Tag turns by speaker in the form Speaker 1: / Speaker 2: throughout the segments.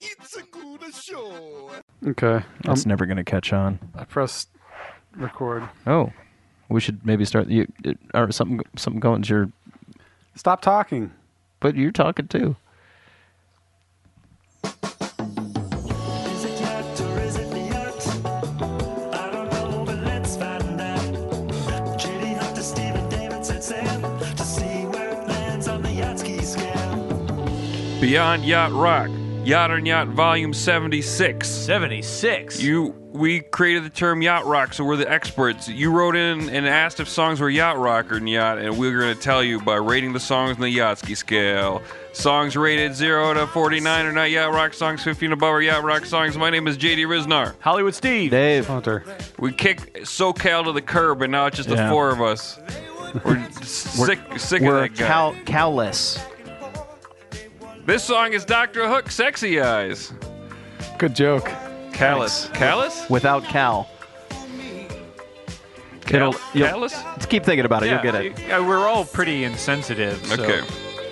Speaker 1: It's a good show.
Speaker 2: Okay. Um,
Speaker 3: That's never gonna catch on.
Speaker 2: I pressed record.
Speaker 3: Oh, we should maybe start you it- or something. Something going to your,
Speaker 2: Stop talking.
Speaker 3: but you're talking too.
Speaker 4: Is it yet or is it yet? I don't know, but let's find out. J.D. Hunter, Stephen Davidson, Sam, to see where it lands on the Yatsky scale.
Speaker 5: Beyond Yacht Rock, Yacht on Yacht Volume 76.
Speaker 6: 76.
Speaker 5: You we created the term yacht rock, so we're the experts. You wrote in and asked if songs were yacht rock or yacht, and we are going to tell you by rating the songs on the Yachtsky scale. Songs rated 0 to 49 are not yacht rock songs, 15 above are yacht rock songs. My name is JD Riznar.
Speaker 6: Hollywood Steve.
Speaker 3: Dave,
Speaker 2: Hunter.
Speaker 5: We kicked SoCal to the curb, and now it's just
Speaker 3: Yeah.
Speaker 5: the four of us. We're sick, sick of
Speaker 3: we're
Speaker 5: that guy.
Speaker 3: cow cowless.
Speaker 5: this song is Dr. Hook, Sexy Eyes.
Speaker 2: Good joke.
Speaker 5: Callous. Callous?
Speaker 3: without cow.
Speaker 5: Cal-
Speaker 3: It'll- you'll-
Speaker 5: Callous?
Speaker 3: Just keep thinking about it.
Speaker 6: Yeah,
Speaker 3: You'll get it.
Speaker 6: you- yeah, we're all pretty insensitive. so
Speaker 5: Okay.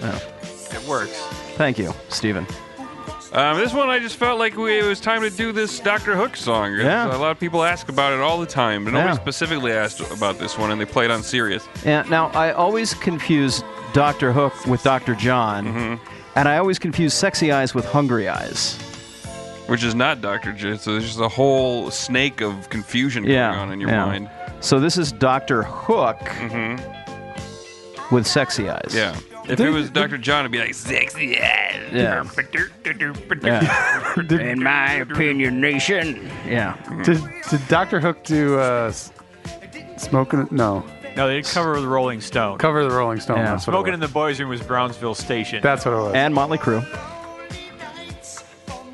Speaker 6: It works.
Speaker 3: Thank you, Steven.
Speaker 5: Um, this one, I just felt like we, it was time to do this Dr. Hook song.
Speaker 3: Yeah.
Speaker 5: A lot of people ask about it all the time, but nobody
Speaker 3: Yeah.
Speaker 5: specifically asked about this one, and they played on Sirius.
Speaker 3: And now I always confuse Doctor Hook with Doctor John,
Speaker 5: Mm-hmm.
Speaker 3: and I always confuse sexy eyes with hungry eyes.
Speaker 5: Which is not Dr. J. So there's just a whole snake of confusion
Speaker 3: Yeah.
Speaker 5: going on in your
Speaker 3: yeah.
Speaker 5: mind.
Speaker 3: So this is Doctor Hook with sexy eyes.
Speaker 5: Mm-hmm. Yeah. If it was Dr. John, it'd be like, sexy ass.
Speaker 3: Yeah. Yeah.
Speaker 2: Did,
Speaker 3: yeah.
Speaker 2: did, did Dr. Hook do uh, s- Smoking? No.
Speaker 6: No, they did cover the Rolling Stone.
Speaker 2: Cover the Rolling Stone.
Speaker 3: Yeah.
Speaker 2: That's, what it
Speaker 6: Smoking in
Speaker 2: was.
Speaker 6: the Boys Room was Brownsville Station.
Speaker 2: That's what it was.
Speaker 3: And Motley Crue.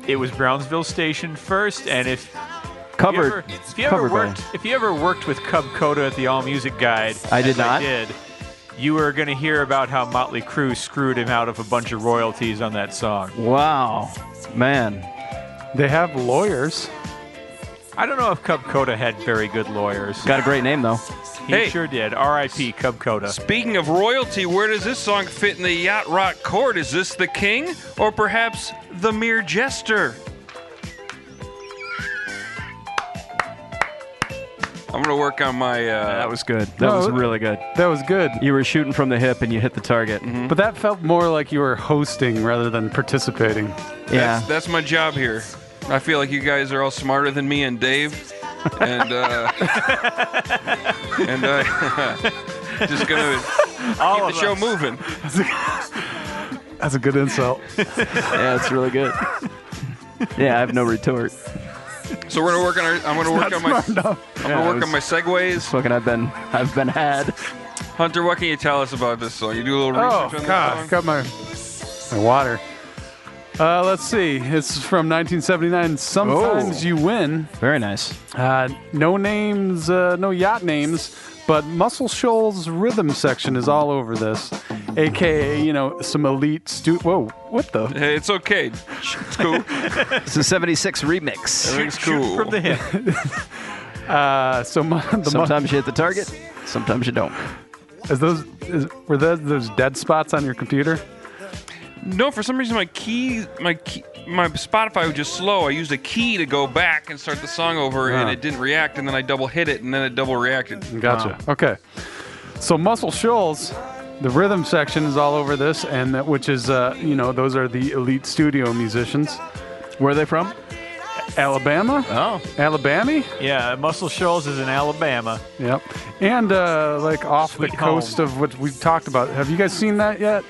Speaker 6: it was Brownsville Station first, and if you
Speaker 3: Covered.
Speaker 6: ever, if you ever
Speaker 3: covered by-
Speaker 6: worked, if you ever worked with Cub Coda at the All Music Guide,
Speaker 3: I did
Speaker 6: as
Speaker 3: not.
Speaker 6: did. You were going to hear about how Motley Crue screwed him out of a bunch of royalties on that song.
Speaker 3: Wow, man.
Speaker 2: They have lawyers.
Speaker 6: I don't know if Cub Coda had very good lawyers.
Speaker 3: Got a great name though.
Speaker 6: He
Speaker 5: Hey.
Speaker 6: sure did. R.I.P. Cub Coda.
Speaker 5: Speaking of royalty, where does this song fit in the yacht rock chord? Is this the king or perhaps the mere jester? I'm gonna work on my. Uh,
Speaker 3: That was good. That
Speaker 2: No,
Speaker 3: was
Speaker 2: it-
Speaker 3: really good. Mm-hmm.
Speaker 2: That was good.
Speaker 3: You were shooting from the hip and you hit the target.
Speaker 2: But that felt more like you were hosting rather than participating.
Speaker 3: Yeah.
Speaker 5: that's, that's my job here. I feel like you guys are all smarter than me and Dave, and uh, and uh, just gonna
Speaker 6: All
Speaker 5: keep the
Speaker 6: of
Speaker 5: show
Speaker 6: us.
Speaker 5: moving.
Speaker 2: That's a good insult.
Speaker 3: yeah, it's really good. Yeah, I have no retort.
Speaker 5: So we're gonna work on our. I'm gonna work on my. I'm
Speaker 3: Yeah,
Speaker 5: gonna
Speaker 3: it
Speaker 5: work on my segues.
Speaker 3: Fucking, I've been, I've been had.
Speaker 5: Hunter, what can you tell us about this song? You do a little
Speaker 2: Oh
Speaker 5: research on
Speaker 2: God,
Speaker 5: this song.
Speaker 2: got my my water. Uh, let's see. It's from 1979. Sometimes
Speaker 3: Oh.
Speaker 2: you win.
Speaker 3: Very nice.
Speaker 2: Uh, no names, uh, no yacht names, but Muscle Shoals rhythm section is all over this, aka you know some elite stu. Whoa, what the?
Speaker 5: Hey, it's okay. It's cool.
Speaker 3: It's a '76 remix.
Speaker 5: Everything's
Speaker 6: Shoot
Speaker 5: cool.
Speaker 6: from the hip.
Speaker 2: Uh, so mu- the mu-
Speaker 3: Sometimes you hit the target, sometimes you don't.
Speaker 2: is those is, were those those dead spots on your computer?
Speaker 5: No, for some reason my key, my key, my Spotify was just slow. I used a key to go back and start the song over, and
Speaker 2: Huh.
Speaker 5: it didn't react. And then I double hit it, and then it double reacted.
Speaker 2: Gotcha. Okay. So Muscle Shoals, the rhythm section is all over this, and that, which is uh, you know those are the elite studio musicians.
Speaker 3: Where are they from?
Speaker 2: Alabama,
Speaker 3: Oh,
Speaker 2: Alabama,
Speaker 6: Yeah, Muscle Shoals is in Alabama.
Speaker 2: yep, and uh, like off
Speaker 6: Sweet
Speaker 2: the coast
Speaker 6: home.
Speaker 2: of what we talked about. Have you guys seen that yet?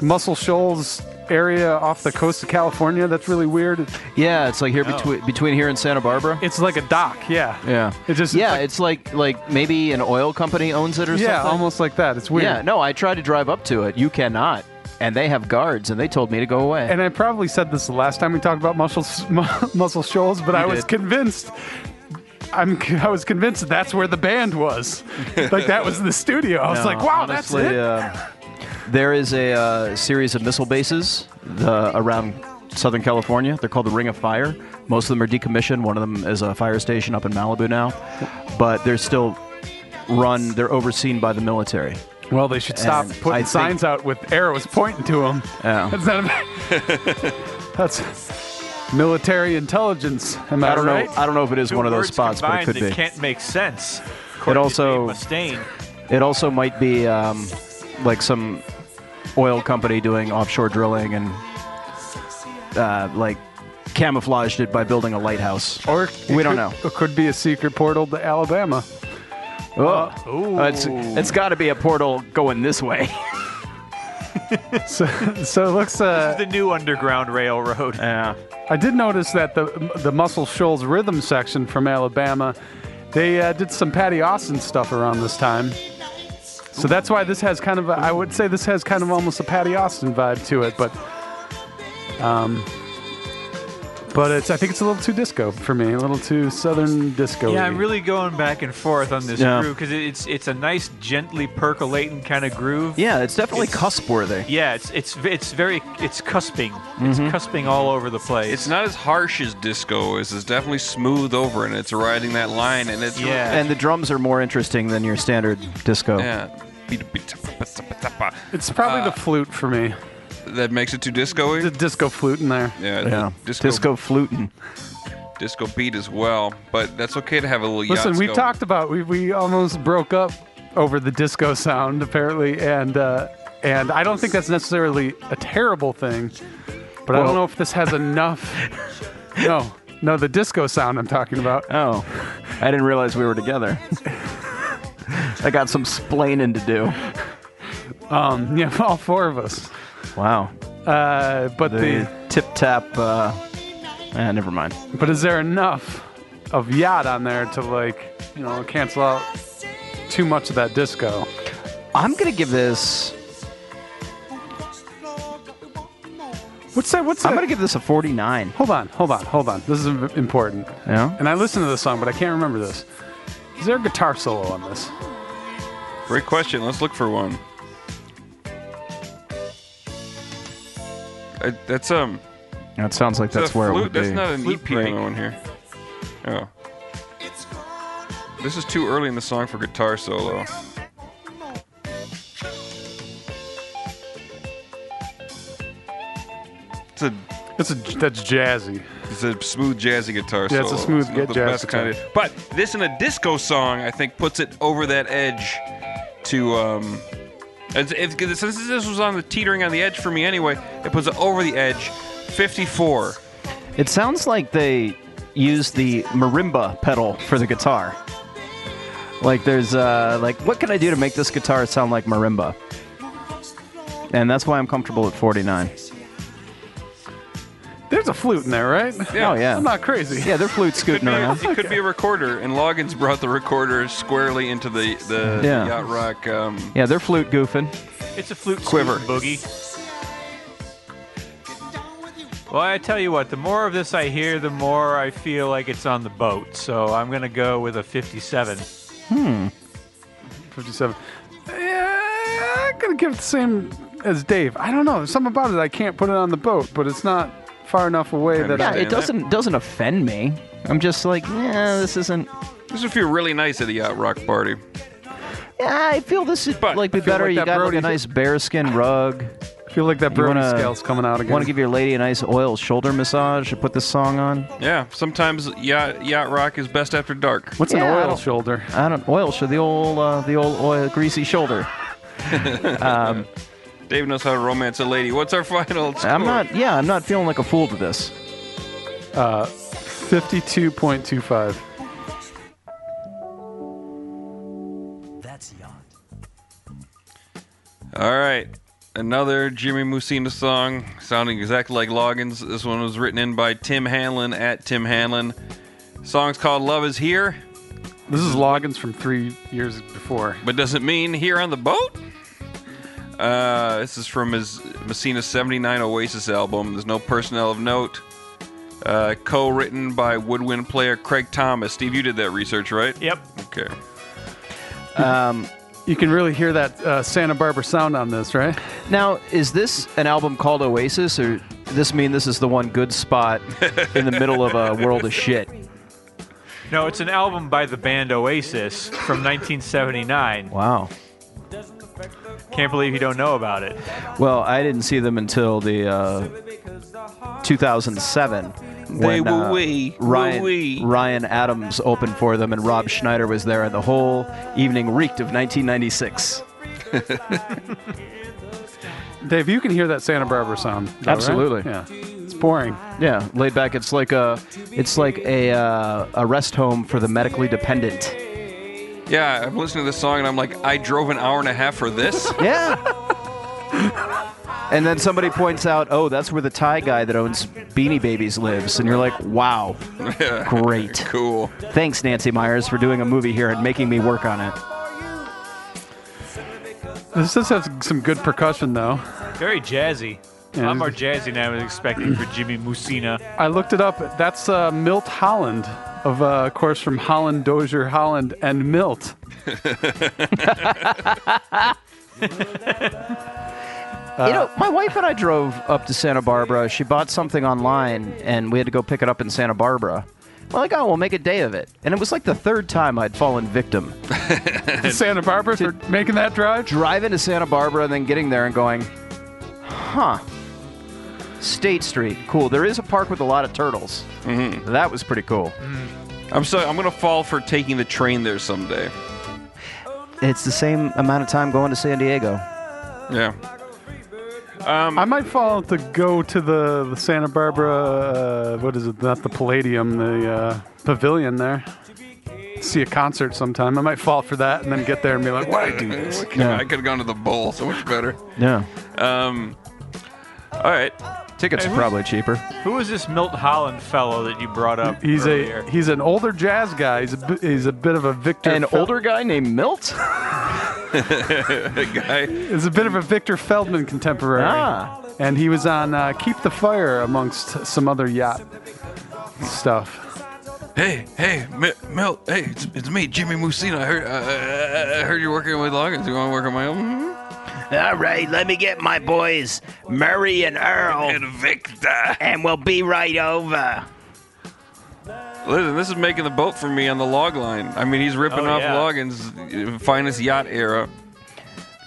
Speaker 2: Muscle Shoals area off the coast of California. That's really weird.
Speaker 3: yeah. It's like here between between here and Santa Barbara.
Speaker 2: It's like a dock. Yeah.
Speaker 3: Yeah.
Speaker 2: It just
Speaker 3: yeah,
Speaker 2: It's
Speaker 3: it's like like maybe an oil company owns it or
Speaker 2: like, yeah,
Speaker 3: something.
Speaker 2: almost like that. It's weird.
Speaker 3: Yeah. No, I tried to drive up to it. You cannot. And they have guards, and they told me to go away.
Speaker 2: and I probably said this the last time we talked about muscle muscle shoals, but I was
Speaker 3: did.
Speaker 2: convinced. I'm c- I was convinced that's where the band was, like that was the studio. I was like, wow,
Speaker 3: honestly,
Speaker 2: that's it.
Speaker 3: um, there is a uh, series of missile bases the, around Southern California. They're called the Ring of Fire. Most of them are decommissioned. One of them is a fire station up in Malibu now, but they're still run. They're overseen by the military.
Speaker 2: well, they should stop
Speaker 3: and I
Speaker 2: putting
Speaker 3: think- Oh.
Speaker 2: signs out with arrows pointing to them.
Speaker 3: Yeah.
Speaker 2: That's not. A, that's Military intelligence. Am I,
Speaker 3: I don't know.
Speaker 2: right?
Speaker 3: I don't know if it is
Speaker 6: Two
Speaker 3: one of those
Speaker 6: words
Speaker 3: spots, but it
Speaker 6: combined
Speaker 3: could
Speaker 6: that
Speaker 3: be.
Speaker 6: can't make sense. According to
Speaker 3: also-
Speaker 6: Dave Mustaine.
Speaker 3: It also might be um, like some oil company doing offshore drilling and uh, like camouflaged it by building a lighthouse.
Speaker 2: Or it
Speaker 3: We
Speaker 2: could-
Speaker 3: don't know.
Speaker 2: It could be a secret portal to Alabama.
Speaker 3: Oh, it's it's got to be a portal going this way.
Speaker 2: So, so it looks. Uh,
Speaker 6: the new Underground Railroad.
Speaker 3: Yeah.
Speaker 2: I did notice that the the Muscle Shoals rhythm section from Alabama, they uh, did some Patty Austin stuff around this time. So that's why this has kind of a, I would say this has kind of almost a Patty Austin vibe to it, but um, but it's I think it's a little too disco for me, a little too southern disco.
Speaker 6: Yeah, I'm really going back and forth on this
Speaker 3: Yeah.
Speaker 6: groove because it's it's a nice, gently percolating kind of groove.
Speaker 3: Yeah, it's definitely
Speaker 6: It's-
Speaker 3: cusp worthy.
Speaker 6: Yeah, it's it's v- it's very it's cusping. It's cusping all over the place.
Speaker 5: It's not as harsh as disco is. It's definitely smooth over, and it's riding that line, and it's
Speaker 6: Yeah.
Speaker 3: And the drums are more interesting than your standard disco.
Speaker 5: yeah.
Speaker 2: it's probably
Speaker 6: Uh,
Speaker 2: the flute for me,
Speaker 5: That makes it too disco-y.
Speaker 2: the disco flute in there.
Speaker 5: yeah,
Speaker 3: Yeah.
Speaker 5: Disco, disco
Speaker 3: Disco fluting.
Speaker 5: beat as well, but that's okay to have a little.
Speaker 2: Listen,
Speaker 5: yachts
Speaker 2: we've
Speaker 5: going.
Speaker 2: talked about we we almost broke up over the disco sound apparently, and uh, and I don't think that's necessarily a terrible thing, but I
Speaker 3: Well-
Speaker 2: don't know if this has enough. no, no, the disco sound I'm talking about.
Speaker 3: Oh, I didn't realize we were together. I got some splaining to do.
Speaker 2: Um, yeah, all four of us.
Speaker 3: Wow.
Speaker 2: Uh, but
Speaker 3: The
Speaker 2: the
Speaker 3: tip tap. Uh, eh, never mind.
Speaker 2: but is there enough of yacht on there to like you know cancel out too much of that disco?
Speaker 3: I'm gonna give this.
Speaker 2: What's that? What's that?
Speaker 3: I'm gonna give this a 49.
Speaker 2: Hold on, hold on, hold on. This is im- important.
Speaker 3: Yeah?
Speaker 2: And I listened to the song, but I can't remember this. Is there a guitar solo on this?
Speaker 5: Great question. Let's look for one. I, that's um.
Speaker 3: That sounds like that's
Speaker 5: a
Speaker 3: where
Speaker 5: flute.
Speaker 3: it would
Speaker 5: that's
Speaker 3: be.
Speaker 5: not an
Speaker 3: Flute
Speaker 5: EP
Speaker 3: break.
Speaker 5: going here. Oh. This is too early in the song for guitar solo. It's a
Speaker 2: It's a, that's jazzy.
Speaker 5: it's a smooth jazzy guitar
Speaker 2: Yeah,
Speaker 5: solo.
Speaker 2: it's a smooth
Speaker 5: not
Speaker 2: get
Speaker 5: the
Speaker 2: jazz
Speaker 5: best kind of- but this in a disco song, I think, puts it over that edge to um. It's, it's, 'cause since this was on the teetering on the edge for me anyway, it puts it over the edge. 54.
Speaker 3: It sounds like they use the marimba pedal for the guitar. Like there's uh like what can I do to make this guitar sound like marimba? And that's why I'm comfortable at 49.
Speaker 2: There's a flute in there, right?
Speaker 5: Yeah.
Speaker 3: Oh yeah.
Speaker 2: I'm not crazy.
Speaker 3: Yeah, they're flute
Speaker 5: Could
Speaker 3: scooting
Speaker 5: be-
Speaker 3: around.
Speaker 5: It could be a recorder, and Loggins brought the recorder squarely into the the
Speaker 3: Yeah.
Speaker 5: yacht rock. Um,
Speaker 3: Yeah, they're flute goofing.
Speaker 6: it's a flute
Speaker 5: Quiver.
Speaker 6: quiver boogie. Well, I tell you what, the more of this I hear, the more I feel like it's on the boat. So I'm gonna go with a 57.
Speaker 2: 57. Yeah, I'm going to give it the same as Dave. I don't know. There's something about it. I can't put it on the boat, but it's not far enough away that
Speaker 3: Yeah,
Speaker 2: I.
Speaker 3: it doesn't doesn't offend me. I'm just like, yeah, this isn't
Speaker 5: this would feel really nice at a yacht rock party.
Speaker 3: yeah, I feel this would
Speaker 5: But
Speaker 3: like be
Speaker 2: I feel
Speaker 3: better.
Speaker 2: like
Speaker 3: you
Speaker 2: that
Speaker 3: got like
Speaker 2: Brody-
Speaker 3: a nice bearskin rug.
Speaker 2: I feel like that Brody
Speaker 3: wanna-
Speaker 2: scale's coming out again.
Speaker 3: Want to give your lady a nice oil shoulder massage to put this song on?
Speaker 5: Yeah, sometimes yacht yacht rock is best after dark.
Speaker 2: What's
Speaker 3: Yeah, I
Speaker 2: an oil
Speaker 3: don't-
Speaker 2: shoulder?
Speaker 3: I don't oil should the old uh, the old oil greasy shoulder.
Speaker 5: Dave knows how to romance a lady. What's our final? Score?
Speaker 3: I'm not yeah I'm not feeling like a fool to this.
Speaker 2: 52.25.
Speaker 4: That's yacht.
Speaker 5: All right. Another Jimmy Musina song, sounding exactly like Loggins. This one was written in by Tim Hanlon at Tim Hanlon. Song's called "Love Is Here,"
Speaker 2: This is Loggins from three years before.
Speaker 5: but does it mean here on the boat? Uh, this is from his Messina 79 Oasis album. There's no personnel of note. Uh, Co written by woodwind player Craig Thomas. Steve, you did that research, right?
Speaker 6: Yep.
Speaker 5: Okay.
Speaker 2: You can really hear that uh, Santa Barbara sound on this, right?
Speaker 3: Now is this an album called Oasis or does this mean this is the one good spot in the middle of a world of shit?
Speaker 6: No, it's an album by the band Oasis from 1979.
Speaker 3: Wow.
Speaker 6: Can't believe you don't know about it.
Speaker 3: Well, I didn't see them until the uh, 2007. When,
Speaker 5: were
Speaker 3: uh,
Speaker 5: we, were
Speaker 3: Ryan,
Speaker 5: we.
Speaker 3: Ryan Adams opened for them, and Rob Schneider was there, and the whole evening reeked of 1996.
Speaker 2: Dave, you can hear that Santa Barbara sound. though, right?
Speaker 3: Absolutely.
Speaker 2: Yeah. It's boring.
Speaker 3: Yeah, laid back. It's like a, it's like a uh, a rest home for the medically dependent.
Speaker 5: Yeah, I'm listening to this song and I'm like, I drove an hour and a half for this.
Speaker 3: Yeah. and then somebody points out, oh, that's where the Thai guy that owns Beanie Babies lives, and you're like, wow, great.
Speaker 5: cool.
Speaker 3: Thanks, Nancy Myers, for doing a movie here and making me work on it.
Speaker 2: This does have some good percussion, though.
Speaker 6: Very jazzy.
Speaker 2: Yeah,
Speaker 6: A lot
Speaker 2: this
Speaker 6: more
Speaker 2: is-
Speaker 6: jazzy than I was expecting for Jimmy Musina.
Speaker 2: I looked it up. That's uh, Milt Holland, of, uh, of course, from Holland, Dozier, Holland, and Milt.
Speaker 3: you know, Uh, my wife and I drove up to Santa Barbara. She bought something online, and we had to go pick it up in Santa Barbara. We're like, oh, we'll make a day of it. And it was like the third time I'd fallen victim.
Speaker 2: Santa Barbara for making that drive.
Speaker 3: Driving to Santa Barbara and then getting there and going, huh. State Street, cool. There is a park with a lot of turtles. Mm-hmm. That was pretty cool.
Speaker 5: I'm so I'm gonna fall for taking the train there someday.
Speaker 3: It's the same amount of time going to San Diego.
Speaker 5: Yeah.
Speaker 2: I might fall to go to the, the Santa Barbara, uh, what is it? Not the Palladium, the uh, pavilion there. See a concert sometime. I might fall for that and then get there and be like, why do this?
Speaker 3: Yeah.
Speaker 5: I could have gone to the bowl, so much better.
Speaker 3: Yeah.
Speaker 5: Um, all right.
Speaker 3: Tickets are probably cheaper.
Speaker 6: Who is this Milt Holland fellow that you brought up?
Speaker 2: He's
Speaker 6: earlier?
Speaker 2: a he's an older jazz guy. He's a, bi- he's a bit of a Victor.
Speaker 3: An
Speaker 2: Fel-
Speaker 3: older guy named Milt?
Speaker 5: That guy.
Speaker 2: He's a bit of a Victor Feldman contemporary.
Speaker 3: Ah.
Speaker 2: And he was on uh, Keep the Fire amongst some other yacht stuff.
Speaker 5: Hey, hey, M- Mel. Hey, it's, it's me, Jimmy Musina. I heard uh, I heard you're working with Loggins. You want to work on my album?
Speaker 7: All right, let me get my boys, Murray and Earl,
Speaker 5: And Victor.
Speaker 7: and we'll be right over.
Speaker 5: Mm-hmm. Listen, this is making the boat for me on the log line. I mean, he's ripping
Speaker 6: Oh,
Speaker 5: off
Speaker 6: yeah.
Speaker 5: Loggins' uh, finest yacht era.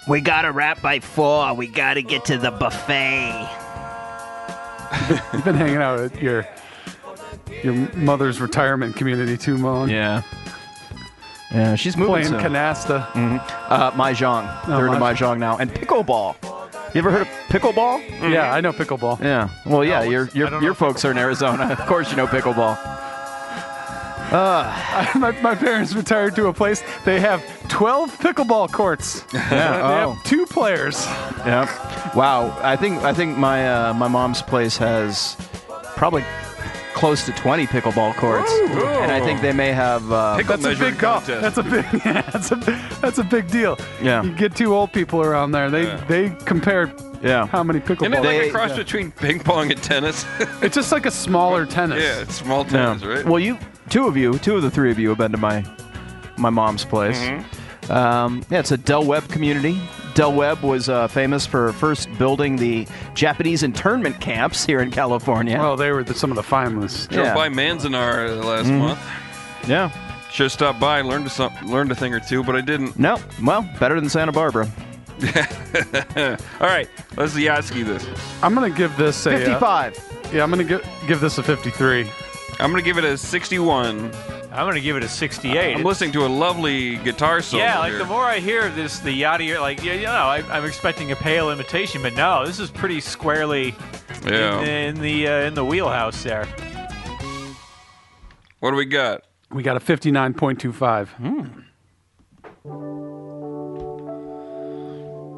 Speaker 7: We gotta wrap by four. We gotta get to the buffet.
Speaker 2: You've been hanging out at your your mother's retirement community too long.
Speaker 3: Yeah. Yeah, she's moving
Speaker 2: Playing
Speaker 3: soon.
Speaker 2: canasta.
Speaker 3: Uh, Mahjong. They're into
Speaker 2: Mahjong.
Speaker 3: Mahjong now. And pickleball. You ever heard of pickleball?
Speaker 2: Yeah, I know pickleball.
Speaker 3: Yeah. Well, yeah, your,
Speaker 6: I
Speaker 3: your,
Speaker 6: don't
Speaker 3: your
Speaker 6: know
Speaker 3: folks are in Arizona. of course you know pickleball.
Speaker 2: my, my parents retired to a place they have 12 pickleball courts. They
Speaker 3: Yeah. Oh.
Speaker 2: have two players.
Speaker 3: Yeah. Wow. I think I think my uh, my mom's place has probably close to 20 pickleball courts. And I think they may have uh,
Speaker 5: Pickle
Speaker 2: That's a
Speaker 5: measuring
Speaker 2: big golf.
Speaker 5: contest.
Speaker 2: That's a big. Yeah, that's a that's a big deal.
Speaker 3: Yeah.
Speaker 2: You get two old people around there. They
Speaker 5: Yeah.
Speaker 2: they compare
Speaker 3: yeah.
Speaker 2: how many
Speaker 5: Isn't it
Speaker 2: pickleball.
Speaker 5: like
Speaker 3: They-
Speaker 5: a cross
Speaker 3: yeah.
Speaker 5: between ping pong and tennis?
Speaker 2: it's just like a smaller tennis.
Speaker 5: yeah, it's small
Speaker 3: Yeah.
Speaker 5: tennis, right?
Speaker 3: Well, you, two of you, two of the three of you have been to my my mom's place.
Speaker 5: Mm-hmm.
Speaker 3: Um, yeah, it's a Del Webb community. Del Webb was uh, famous for first building the Japanese internment camps here in California.
Speaker 2: Well, they were the, some of the finalists.
Speaker 5: Drove
Speaker 3: yeah. Mm-hmm.
Speaker 5: by Manzanar uh, last month.
Speaker 3: yeah.
Speaker 5: Should have stopped by, learned a, some, learned a thing or two, but I didn't.
Speaker 3: No. Well, better than Santa Barbara.
Speaker 5: All right, let's Yatski this.
Speaker 2: I'm gonna give this a uh,
Speaker 3: 55.
Speaker 2: yeah, I'm gonna give give this a 53.
Speaker 5: I'm going to give it a 61.
Speaker 6: I'm going to give it a 68.
Speaker 5: I'm listening to a lovely guitar solo.
Speaker 6: yeah, like
Speaker 5: here.
Speaker 6: the more I hear of this, the yachtier. Like, yeah, you know, I, I'm expecting a pale imitation, but no, this is pretty squarely
Speaker 5: Yeah.
Speaker 6: in, the- in the uh, in the wheelhouse there.
Speaker 5: What do we got?
Speaker 2: We got a 59.25.
Speaker 5: Hmm?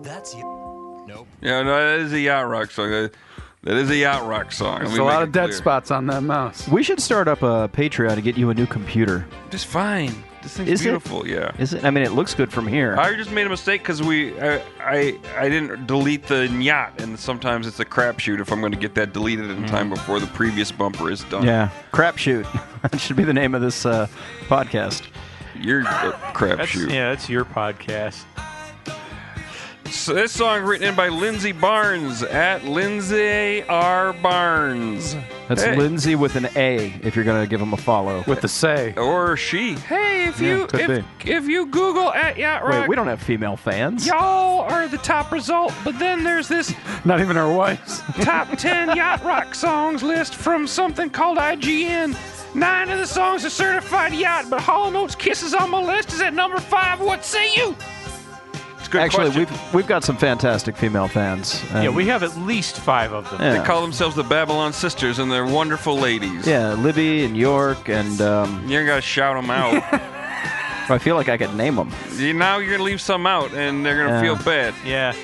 Speaker 1: That's you. Nope.
Speaker 5: Yeah, no, that is a yacht rock song. That, that is a yacht rock song. Let
Speaker 2: There's
Speaker 5: me
Speaker 2: a
Speaker 5: make
Speaker 2: lot
Speaker 5: it
Speaker 2: of dead
Speaker 5: clear.
Speaker 2: spots on that mouse.
Speaker 3: We should start up a Patreon to get you a new computer.
Speaker 5: Just fine. This thing's
Speaker 3: Is it?
Speaker 5: beautiful. Yeah.
Speaker 3: Is it? I mean, it looks good from here.
Speaker 5: I just made a mistake because we I, I I didn't delete the yacht, and sometimes it's a crapshoot if I'm going to get that deleted in time before the previous bumper is done.
Speaker 3: yeah. Crapshoot. that should be the name of this uh, podcast.
Speaker 5: you're a
Speaker 6: That's
Speaker 5: crapshoot.
Speaker 6: yeah, that's your podcast.
Speaker 5: So this song written in by Lindsey Barnes at Lindsey R. Barnes.
Speaker 3: That's
Speaker 5: Hey.
Speaker 3: Lindsay with an A if you're going to give him a follow.
Speaker 2: with the say.
Speaker 5: Or she. Hey, if you
Speaker 3: could
Speaker 5: if, if you Google at Yacht Rock,
Speaker 3: Wait, we don't have female fans.
Speaker 5: y'all are the top result. But then there's this
Speaker 2: Not even our wives.
Speaker 5: top 10 yacht rock songs list from something called IGN. Nine of the songs are certified yacht, but Hall & Oates Kisses on my list is at number five. What say you? It's a good
Speaker 3: Actually,
Speaker 5: question.
Speaker 3: we've we've got some fantastic female fans. and-
Speaker 6: Yeah, we have at least five of them.
Speaker 3: Yeah.
Speaker 5: They call themselves the Babylon Sisters, and they're wonderful ladies.
Speaker 3: Yeah, Libby and York, and um,
Speaker 5: You ain't gotta shout them out.
Speaker 3: I feel like I could name them.
Speaker 5: You- now you're gonna leave some out, and they're gonna
Speaker 3: Yeah.
Speaker 5: feel bad.
Speaker 6: Yeah,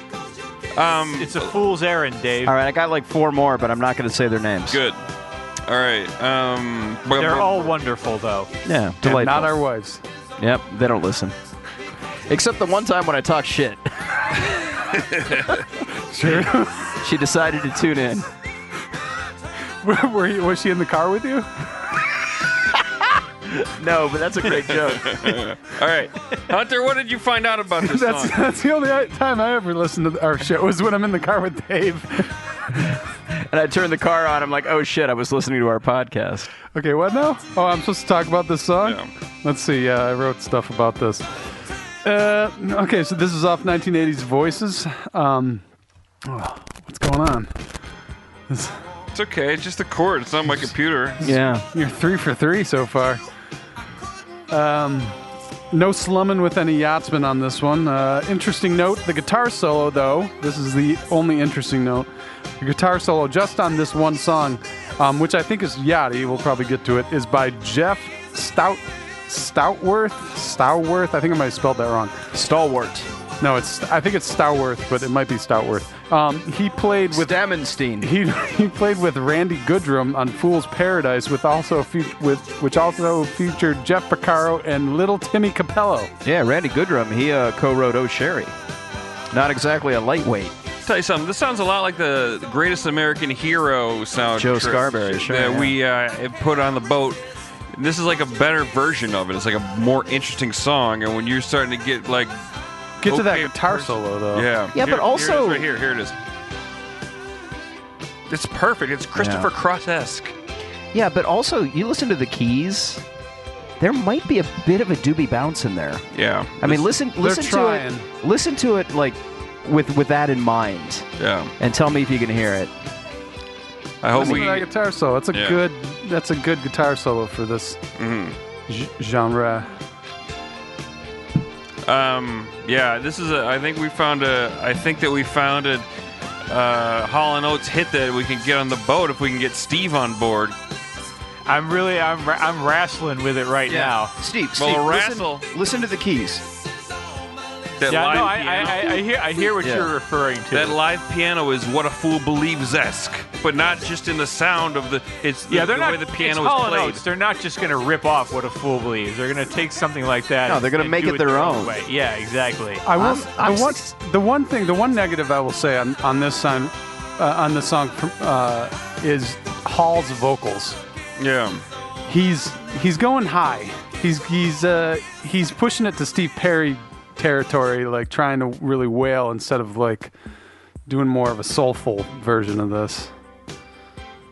Speaker 5: Um,
Speaker 6: it's a fool's errand, Dave.
Speaker 3: All right, I got like four more, but I'm not going to say their names.
Speaker 5: good. All right. Um, but-
Speaker 6: They're
Speaker 5: but-
Speaker 6: all wonderful, though.
Speaker 3: Yeah,
Speaker 2: And
Speaker 3: delightful.
Speaker 2: not our wives.
Speaker 3: yep, they don't listen. Except the one time when I talked shit.
Speaker 2: Sure.
Speaker 3: She decided to tune in.
Speaker 2: were, were you, was she in the car with you?
Speaker 3: No, but that's a great joke.
Speaker 5: all right. Hunter, what did you find out about this
Speaker 2: That's
Speaker 5: song?
Speaker 2: that's the only time I ever listened to our show was when I'm in the car with Dave.
Speaker 3: and I turned the car on. I'm like, oh shit, I was listening to our podcast.
Speaker 2: Okay, what now? Oh, I'm supposed to talk about this song?
Speaker 5: Yeah.
Speaker 2: Let's see. Yeah, I wrote stuff about this. Uh, okay, so this is off 1980s Voices. Um, oh, what's going on? This-
Speaker 5: It's okay. It's just the chord. It's not my computer.
Speaker 3: Yeah.
Speaker 2: you're three for three so far. Um, no slumming with any yachtsmen on this one. Uh, interesting note the guitar solo, though, this is the only interesting note. The guitar solo just on this one song, um, which I think is Yachty, we'll probably get to it, is by Jeff Stout. Stoutworth? Stoutworth? I think I might have spelled that wrong.
Speaker 3: Stalwart.
Speaker 2: No, it's I think it's Stoutworth, but it might be Stoutworth. Um, he played with
Speaker 3: With Damenstein.
Speaker 2: he, he played with Randy Goodrum on Fool's Paradise, with also fe- with which also featured Jeff Porcaro and Little Timmy Capello.
Speaker 3: Yeah, Randy Goodrum. He uh, co-wrote "Oh Sherry." Not exactly a lightweight.
Speaker 5: tell you something. This sounds a lot like the Greatest American Hero sound.
Speaker 3: Joe
Speaker 5: tr-
Speaker 3: Scarberry, sure,
Speaker 5: That
Speaker 3: yeah.
Speaker 5: we uh, put on the boat. This is like a better version of it. It's like a more interesting song. And when you're starting to get like,
Speaker 2: Get to that
Speaker 5: Okay,
Speaker 2: guitar
Speaker 5: first-
Speaker 2: solo though.
Speaker 5: yeah,
Speaker 3: Yeah, but
Speaker 5: Here- here it is
Speaker 3: also-
Speaker 5: right here, here it is. It's perfect. It's Christopher Cross esque.
Speaker 3: Yeah, but also you listen to the keys. There might be a bit of a doobie bounce in there.
Speaker 5: Yeah.
Speaker 3: I mean, listen, listen to
Speaker 2: trying.
Speaker 3: it. Listen to it like with with that in mind,
Speaker 5: Yeah.
Speaker 3: and tell me if you can hear it.
Speaker 5: I hope
Speaker 2: Listen
Speaker 5: we.
Speaker 2: to that guitar solo. That's a
Speaker 5: Yeah. Mm-hmm.
Speaker 2: good that's a good guitar solo for this g- genre.
Speaker 5: Um, yeah, this is a. I think we found a. I think that we found a uh, Hall and Oates hit that we can get on the boat if we can get Steve on board.
Speaker 6: I'm really, I'm, ra- I'm wrestling with it right now.
Speaker 3: Steve.
Speaker 5: Well,
Speaker 3: Steve,
Speaker 5: Razzle-
Speaker 3: listen, listen to the keys.
Speaker 5: That
Speaker 6: Yeah,
Speaker 5: live
Speaker 6: no, I,
Speaker 5: piano.
Speaker 6: I, I, I hear, I hear what
Speaker 3: Yeah.
Speaker 6: you're referring to.
Speaker 5: that live piano is what a fool believes esque, but not just in the sound of the. It's the,
Speaker 6: yeah, they're
Speaker 5: the
Speaker 6: not.
Speaker 5: way the
Speaker 6: it's
Speaker 5: piano
Speaker 6: Hall
Speaker 5: is
Speaker 6: and
Speaker 5: played.
Speaker 6: Oates. They're not just going to rip off what a fool believes. They're going to take something like that.
Speaker 3: No, they're gonna
Speaker 6: and
Speaker 3: make
Speaker 6: do
Speaker 3: it their own.
Speaker 6: way. Yeah, exactly.
Speaker 2: I will.
Speaker 3: I'm-
Speaker 2: i
Speaker 3: I'm
Speaker 2: want
Speaker 3: s-
Speaker 2: the one thing. The one negative I will say on on this song, uh, on this song uh, is Hall's vocals.
Speaker 5: Yeah,
Speaker 2: he's he's going high. He's he's uh he's pushing it to Steve Perry territory, like trying to really wail instead of like doing more of a soulful version of this.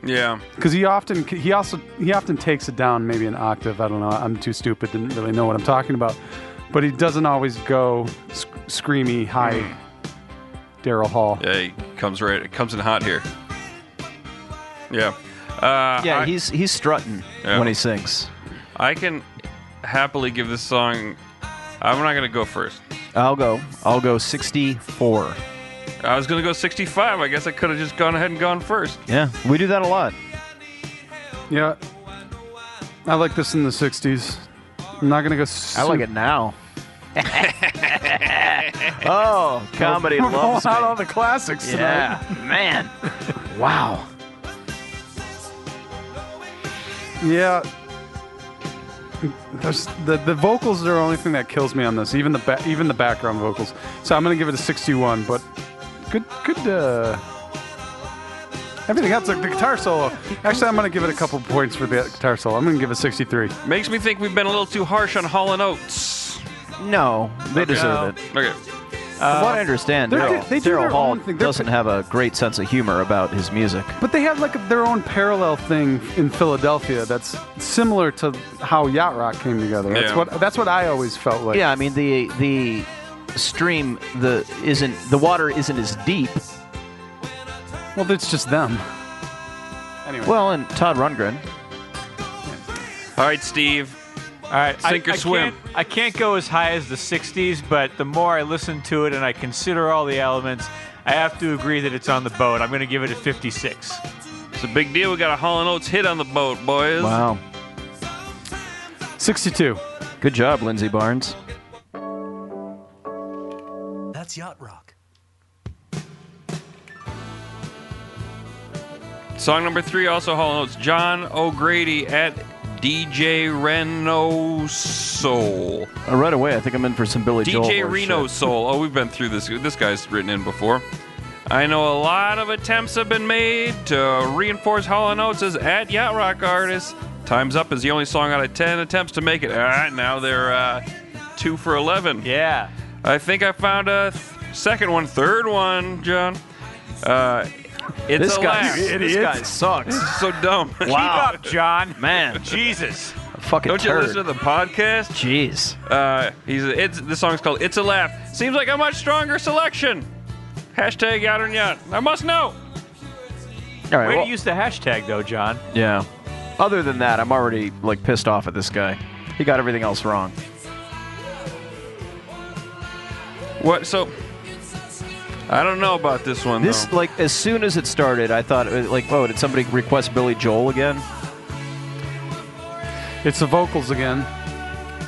Speaker 5: yeah.
Speaker 2: Because he often he also he often takes it down maybe an octave. I don't know. I'm too stupid. Didn't really know what I'm talking about. But he doesn't always go sc- screamy high.
Speaker 3: Mm.
Speaker 2: Daryl Hall.
Speaker 5: Yeah, he comes right. It comes in hot here. Yeah. Uh,
Speaker 3: Yeah,
Speaker 5: I-
Speaker 3: he's he's strutting
Speaker 5: Yeah.
Speaker 3: when he sings.
Speaker 5: I can happily give this song. I'm not gonna go first.
Speaker 3: I'll go. I'll go 64.
Speaker 5: I was gonna go 65. I guess I could have just gone ahead and gone first.
Speaker 3: Yeah, we do that a lot.
Speaker 2: Yeah. I like this in the 60s. I'm not going to go.
Speaker 3: I like it now. oh, comedy
Speaker 2: We're pulling
Speaker 3: loves me.
Speaker 2: out all the classics tonight.
Speaker 3: Yeah, man. Wow.
Speaker 2: Yeah. There's, the the vocals are the only thing that kills me on this. Even the ba- even the background vocals. So I'm gonna give it a 61. But good good. Uh, everything else, like the guitar solo. Actually, I'm gonna give it a couple points for the guitar solo. I'm gonna give it 63.
Speaker 5: Makes me think we've been a little too harsh on Hall and Oates.
Speaker 3: No, they
Speaker 5: Okay.
Speaker 3: deserve it.
Speaker 5: Okay.
Speaker 3: From what I understand,
Speaker 2: they're-
Speaker 3: Daryl,
Speaker 2: Uh, they do
Speaker 3: Daryl
Speaker 2: their
Speaker 3: Hall
Speaker 2: own thing. They're
Speaker 3: doesn't
Speaker 2: pre-
Speaker 3: have a great sense of humor about his music.
Speaker 2: But they have like their own parallel thing in Philadelphia that's similar to how yacht rock came together. That's
Speaker 5: Yeah.
Speaker 2: what that's what I always felt like.
Speaker 3: Yeah, I mean the the stream the isn't the water isn't as deep.
Speaker 2: Well, it's just them. Anyway.
Speaker 3: Well, and Todd Rundgren,
Speaker 5: All right, Steve.
Speaker 6: All right,
Speaker 5: Sink
Speaker 6: I,
Speaker 5: or
Speaker 6: I
Speaker 5: swim.
Speaker 6: Can't, I can't go as high as the 60s, but the more I listen to it and I consider all the elements, I have to agree that it's on the boat. I'm going to give it a 56.
Speaker 5: It's a big deal. We got a Hall and Oates hit on the boat, boys.
Speaker 3: wow,
Speaker 2: 62.
Speaker 3: good job, Lindsey Barnes.
Speaker 1: That's yacht rock.
Speaker 5: Song number three, also Hall and Oates. John O'Grady at DJ Reno Soul.
Speaker 3: Uh, right away, I think I'm in for some Billy Joel.
Speaker 5: DJ
Speaker 3: horse
Speaker 5: Reno
Speaker 3: shit.
Speaker 5: Soul. Oh, we've been through this. This guy's written in before. I know a lot of attempts have been made to reinforce Hall and Oates as at yacht rock artists. Time's Up is the only song out of ten attempts to make it. All right, now they're uh, two for eleven.
Speaker 6: Yeah.
Speaker 5: I think I found a th- second one, third one, John. Uh, it's
Speaker 3: This
Speaker 5: a
Speaker 3: guy,
Speaker 5: laugh.
Speaker 3: this guy sucks.
Speaker 5: so dumb.
Speaker 6: Wow. Keep up, John.
Speaker 3: Man.
Speaker 6: Jesus.
Speaker 3: Fucking
Speaker 5: Don't you
Speaker 3: turd.
Speaker 5: listen to the podcast?
Speaker 3: Jeez.
Speaker 5: Uh, he's it's the song's called "It's a Laugh." Seems like a much stronger selection. Hashtag out or not. I must know.
Speaker 3: All right.
Speaker 6: Way
Speaker 3: well-
Speaker 6: to use the hashtag, though, John.
Speaker 3: yeah. Other than that, I'm already like pissed off at this guy. He got everything else wrong.
Speaker 5: What? So I don't know about this one.
Speaker 3: This
Speaker 5: though.
Speaker 3: like as soon as it started, I thought uh, like, oh, did somebody request Billy Joel again?
Speaker 2: It's the vocals again.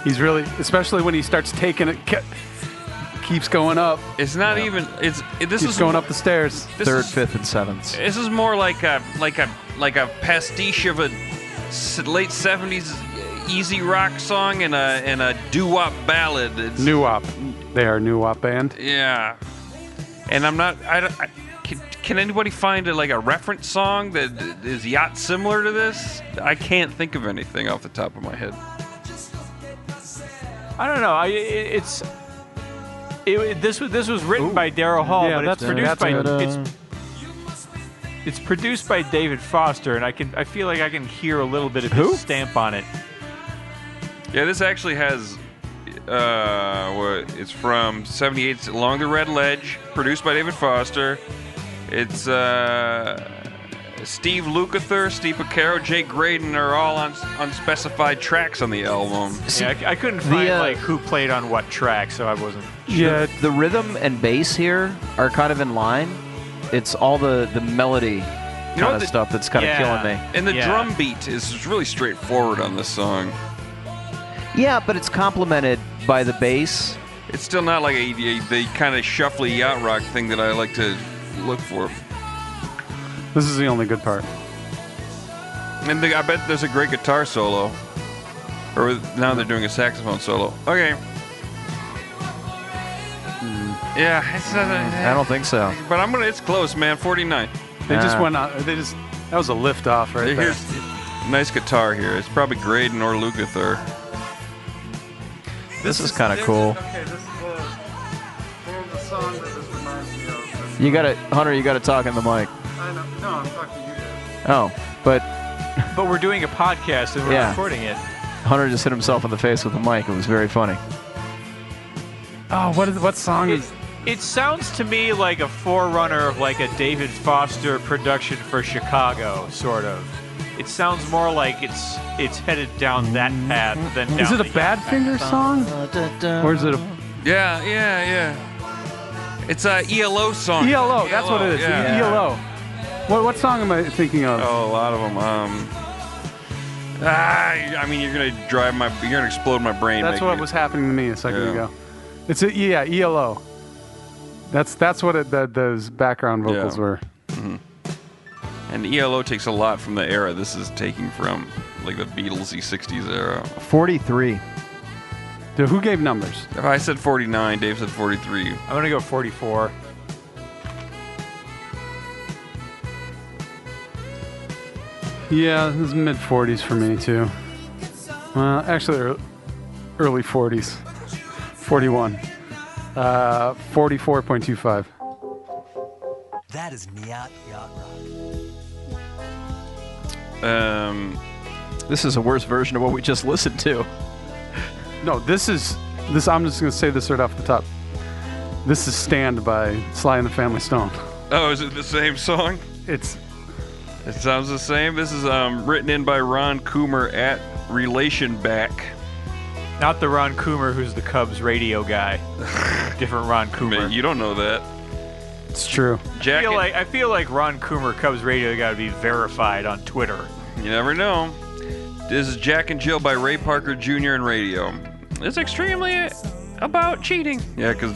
Speaker 2: He's really, especially when he starts taking it, ke- keeps going up,
Speaker 5: it's not even. It's it, this
Speaker 2: keeps
Speaker 5: is
Speaker 2: going up the stairs.
Speaker 5: this
Speaker 3: Third,
Speaker 5: is-
Speaker 3: fifth, and seventh.
Speaker 5: This is more like a like a like a pastiche of a s- late seventies easy rock song and a and a doo wop ballad. It's,
Speaker 2: New op. They are a new op band. yeah
Speaker 5: Yeah, and I'm not. I, don't- I- can, can anybody find a, like a reference song that is yacht similar to this? I can't think of anything off the top of my head.
Speaker 6: I don't know. I, it, it's it, it- this was this was written by Daryl Hall,
Speaker 2: Yeah,
Speaker 6: but
Speaker 2: that's
Speaker 6: it's produced
Speaker 2: what- that's
Speaker 6: by
Speaker 2: what,
Speaker 6: it's it's produced by David Foster, and I can I feel like I can hear a little bit of his stamp on it.
Speaker 5: Yeah, this actually has. Uh, what- it's from '78's "Along the Red Ledge," produced by David Foster. It's uh, Steve Lukather, Steve Picaro, Jake Graydon are all on unspecified tracks on the album.
Speaker 6: Yeah, I, I couldn't find
Speaker 3: uh,
Speaker 6: like who played on what track, so I wasn't.
Speaker 2: Yeah,
Speaker 3: the rhythm and bass here are kind of in line. It's all the the melody kind
Speaker 5: know
Speaker 3: of
Speaker 5: the-
Speaker 3: stuff that's kind
Speaker 6: Yeah.
Speaker 3: of killing me.
Speaker 5: And the
Speaker 6: Yeah.
Speaker 5: drum beat is really straightforward on this song.
Speaker 3: Yeah, but it's complemented by the bass.
Speaker 5: It's still not like a, a- the kind of shuffly yacht rock thing that I like to look for.
Speaker 2: this is the only good part.
Speaker 5: And the, I bet there's a great guitar solo. Or now they're doing a saxophone solo. Okay. Hmm. Yeah, it's not.
Speaker 3: I
Speaker 5: A,
Speaker 3: don't think so.
Speaker 5: but I'm gonna. It's close, man. 49.
Speaker 2: They just
Speaker 3: Ah.
Speaker 2: went out. They just that was a lift off right there.
Speaker 5: Here's nice guitar here. It's probably Graydon or Lukather.
Speaker 3: This is kind of cool. You got to Hunter. You got to talk in the mic. Oh, but
Speaker 6: But we're doing a podcast and we're
Speaker 3: Yeah.
Speaker 6: recording it.
Speaker 3: Hunter just hit himself in the face with the mic. It was very funny.
Speaker 2: Oh, what is what song
Speaker 6: It,
Speaker 2: is?
Speaker 6: it sounds to me like a forerunner of like a David Foster production for Chicago, sort of. It sounds more like it's it's headed down that path than down.
Speaker 2: Mm-hmm. Is it a
Speaker 6: the-
Speaker 2: Badfinger song or is it a
Speaker 5: Yeah, yeah, yeah. It's a ELO song. E
Speaker 2: ELO? E That's what it is. E
Speaker 5: yeah.
Speaker 2: ELO. What what song am I thinking of?
Speaker 5: Oh, a lot of them. Um, ah, I mean, you're gonna drive my, you're gonna explode my brain.
Speaker 2: That's
Speaker 5: making
Speaker 2: what
Speaker 5: it-
Speaker 2: was happening to me a second
Speaker 5: Yeah.
Speaker 2: ago. It's a, yeah, ELO. That's that's what it, the, those background vocals
Speaker 5: Yeah.
Speaker 2: were.
Speaker 5: And ELO takes a lot from the era this is taking from, like the Beatlesy '60s era.
Speaker 3: Forty-three.
Speaker 2: Dude, who gave numbers?
Speaker 5: If I said 49, Dave said 43.
Speaker 6: I'm gonna go 44.
Speaker 2: Yeah, this is mid 40s for me too. Well, actually, ear- early 40s. 41. Uh, 44.25.
Speaker 1: That is Nyat Yacht Rock.
Speaker 5: Um,
Speaker 3: This is a worse version of what we just listened to.
Speaker 2: No, this is this. I'm just gonna say this right off the top. This is "Stand" by Sly and the Family Stone.
Speaker 5: oh, is it the same song?
Speaker 2: It's
Speaker 5: It sounds the same. This is um, written in by Ron Coomer at Relation Back.
Speaker 6: Not the Ron Coomer who's the Cubs radio guy. Different Ron
Speaker 5: I
Speaker 6: Coomer.
Speaker 5: mean, you don't know that.
Speaker 2: it's true.
Speaker 6: I
Speaker 5: Jack,
Speaker 6: feel like I feel like Ron Coomer Cubs radio got to be verified on Twitter.
Speaker 5: you never know. This is Jack and Jill by Ray Parker Jr. and Radio. It's extremely about cheating. Yeah, because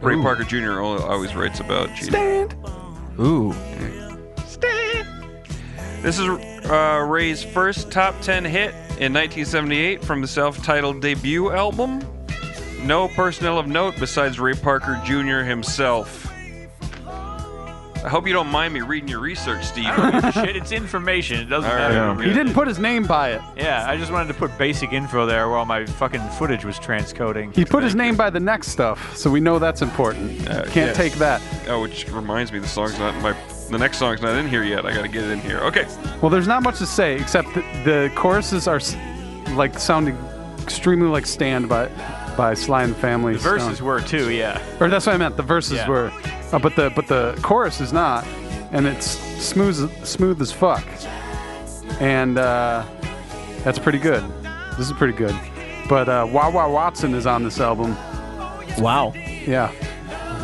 Speaker 5: Ray Parker Jr. al- always writes about cheating.
Speaker 3: Ooh.
Speaker 5: This is uh, Ray's first top 10 hit in 1978 from the self titled debut album. No personnel of note besides Ray Parker Jr. himself. I hope you don't mind me reading your research, Steve.
Speaker 6: Shit, it's information. It doesn't
Speaker 5: All right.
Speaker 6: matter.
Speaker 3: Yeah.
Speaker 2: He didn't put his name by it.
Speaker 6: Yeah, I just wanted to put basic info there while my fucking footage was transcoding.
Speaker 2: He put his name by the next stuff, so we know that's important.
Speaker 5: Uh,
Speaker 2: Can't
Speaker 5: yes.
Speaker 2: take that.
Speaker 5: Oh, which reminds me, the song's not my. The next song's not in here yet. I gotta get it in here. Okay.
Speaker 2: Well, there's not much to say except that the choruses are s- like sounding extremely like "Stand" by by Sly and the Family
Speaker 6: The verses
Speaker 2: Stone.
Speaker 6: were too, yeah.
Speaker 2: Or that's what I meant. The verses
Speaker 6: Yeah.
Speaker 2: were, uh, but the but the chorus is not, and it's smooth as- smooth as fuck, and uh, that's pretty good. This is pretty good. But uh, Wawa Watson is on this album.
Speaker 3: Wow.
Speaker 2: Yeah,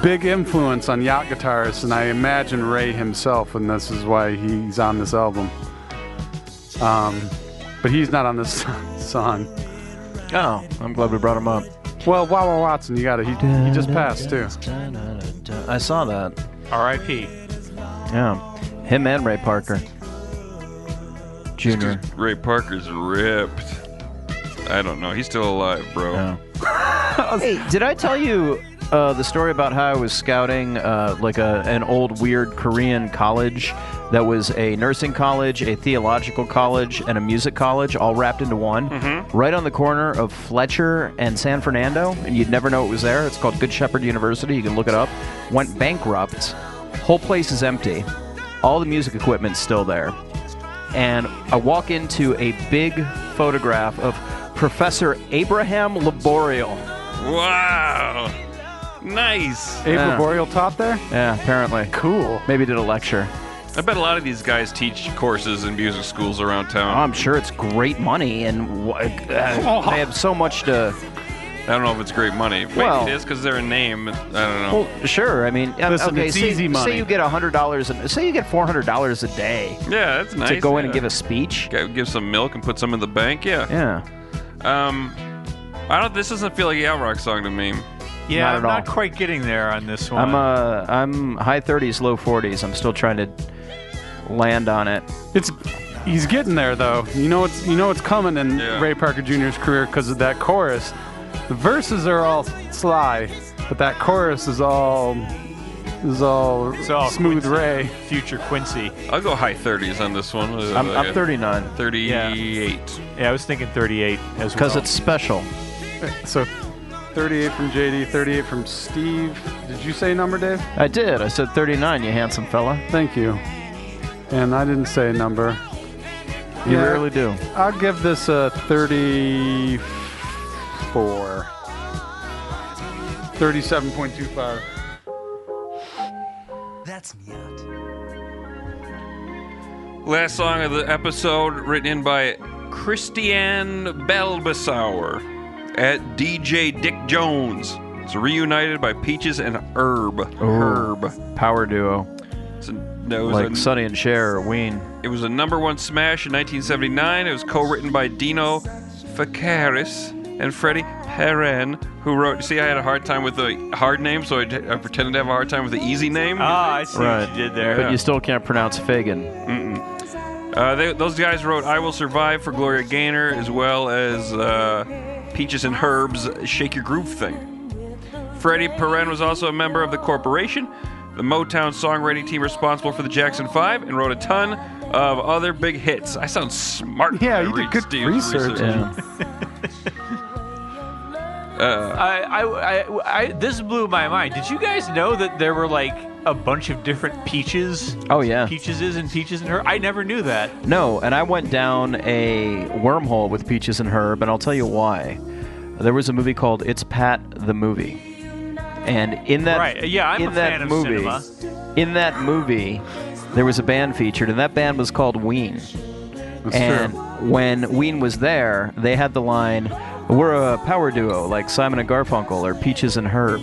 Speaker 2: big influence on yacht guitarists, and I imagine Ray himself, and this is why he's on this album. Um, but he's not on this song.
Speaker 3: Oh, I'm glad we brought him up.
Speaker 2: Well, Wawa Watson, you got it. He, he just passed too.
Speaker 3: Uh, I saw that.
Speaker 6: R.I.P.
Speaker 3: Yeah. Him and Ray Parker. Junior.
Speaker 5: Ray Parker's ripped. I don't know. He's still alive, bro.
Speaker 3: Yeah. hey, did I tell you uh, the story about how I was scouting uh, like a, an old weird Korean college that was a nursing college, a theological college, and a music college all wrapped into one, right on the corner of Fletcher and San Fernando, and you'd never know it was there. It's called Good Shepherd University. You can look it up. Went bankrupt. Whole place is empty. All the music equipment's still there and I walk into a big photograph of Professor Abraham Laboriel.
Speaker 5: Wow. Nice.
Speaker 2: Abe
Speaker 3: Yeah.
Speaker 2: Boreal taught there.
Speaker 3: Yeah, apparently.
Speaker 2: Cool.
Speaker 3: Maybe did a lecture.
Speaker 5: I bet a lot of these guys teach courses in music schools around town.
Speaker 3: Oh, I'm sure it's great money, and wha- uh, they have so much to.
Speaker 5: I don't know if it's great money. Maybe
Speaker 3: Uh-huh. Well-
Speaker 5: it is because they're a name. I don't
Speaker 3: Well,
Speaker 5: know.
Speaker 3: sure. I mean, um,
Speaker 2: Listen,
Speaker 3: okay.
Speaker 2: it's
Speaker 3: say,
Speaker 2: easy money.
Speaker 3: Say you get hundred dollars, and say you get four hundred dollars a day
Speaker 5: yeah, that's nice.
Speaker 3: to go in and
Speaker 5: yeah.
Speaker 3: give a speech.
Speaker 5: G- give some milk and put some in the bank. Yeah.
Speaker 3: Yeah.
Speaker 5: Um, I don't. This doesn't feel like a yacht rock song to me.
Speaker 6: Yeah,
Speaker 3: Not
Speaker 6: I'm
Speaker 3: at
Speaker 6: not
Speaker 3: all.
Speaker 6: quite getting there on this one.
Speaker 3: I'm uh, I'm high thirties, low forties. I'm still trying to land on it.
Speaker 2: It's he's getting there though. You know it's you know it's coming in
Speaker 5: Yeah.
Speaker 2: Ray Parker Jr.'s career because of that chorus. The verses are all sly, but that chorus is all is all,
Speaker 6: It's all
Speaker 2: smooth
Speaker 6: Quincy.
Speaker 2: Ray.
Speaker 6: Future Quincy.
Speaker 5: I'll go high 30s on this one.
Speaker 3: I'm,
Speaker 5: Uh,
Speaker 3: I'm 39
Speaker 5: 38.
Speaker 6: Yeah, I was thinking 38 as well.
Speaker 3: because it's special.
Speaker 2: So 38 from JD, 38 from Steve. Did you say a number, Dave?
Speaker 3: I did. I said 39. You handsome fella.
Speaker 2: Thank you. And I didn't say a number.
Speaker 3: You
Speaker 2: Yeah.
Speaker 3: rarely do.
Speaker 2: I'll give this a 34. 37.25.
Speaker 1: That's Nyat.
Speaker 5: Last song of the episode, written in by Christiane Belbasauer at DJ Dick Jones. It's reunited by Peaches and Herb. Herb.
Speaker 3: Power duo.
Speaker 5: It's a, no, it was
Speaker 3: Like
Speaker 5: a-
Speaker 3: Sonny and Cher or Ween.
Speaker 5: It was a number one smash in 1979. It was co-written by Dino Fakaris and Freddie Perrin, who wrote. See, I had a hard time with the hard name, so I, d- I pretended to have a hard time with the easy name.
Speaker 6: Ah, I see what you did there.
Speaker 3: But you still can't pronounce Fagan.
Speaker 5: Uh, they, those guys wrote "I Will Survive" for Gloria Gaynor, as well as uh, Peaches and Herbs' "Shake Your Groove" thing. Freddie Perren was also a member of the Corporation, the Motown songwriting team responsible for the Jackson Five, and wrote a ton of other big hits. I sound smart.
Speaker 2: Yeah,
Speaker 5: when I
Speaker 2: you did
Speaker 5: read
Speaker 2: good
Speaker 5: Steve's
Speaker 2: research.
Speaker 3: Yeah.
Speaker 5: Uh,
Speaker 6: I, I, I, I, this blew my mind. Did you guys know that there were like a bunch of different peaches?
Speaker 3: Oh, yeah.
Speaker 6: peaches is and peaches and her. I never knew that.
Speaker 3: No, and I went down a wormhole with Peaches and Herb, and I'll tell you why. There was a movie called It's Pat the Movie. And in that
Speaker 6: Right, yeah, I'm
Speaker 3: in
Speaker 6: a
Speaker 3: that
Speaker 6: fan of
Speaker 3: movie, Oh,
Speaker 6: cinema.
Speaker 3: in that movie, there was a band featured, and that band was called Ween.
Speaker 2: That's
Speaker 3: and
Speaker 2: true.
Speaker 3: when Ween was there, they had the line, "We're a power duo like Simon and Garfunkel or Peaches and Herb."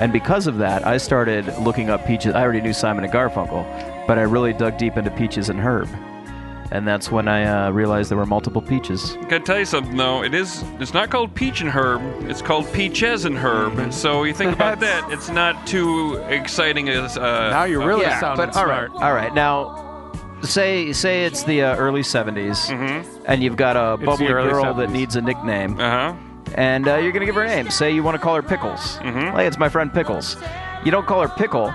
Speaker 3: And because of that, I started looking up Peaches. I already knew Simon and Garfunkel, but I really dug deep into Peaches and Herb. And that's when I uh, realized there were multiple peaches.
Speaker 5: Can I tell you something though? It is. It's not called peach and herb. It's called peaches and herb. So you think about that. It's not too exciting as. Uh,
Speaker 2: Now you're really
Speaker 3: Oh, yeah,
Speaker 2: sounding
Speaker 3: but all right,
Speaker 2: Oh, smart.
Speaker 3: all right. Now, say say it's the uh, early '70s, and you've got a
Speaker 2: Mm-hmm. the
Speaker 3: bubbly
Speaker 2: early
Speaker 3: girl
Speaker 2: 70s.
Speaker 3: that needs a nickname.
Speaker 5: Uh huh.
Speaker 3: and uh, you're gonna give her a name. Say you want to call her Pickles.
Speaker 6: Mm-hmm.
Speaker 3: Hey, it's my friend Pickles. You don't call her Pickle.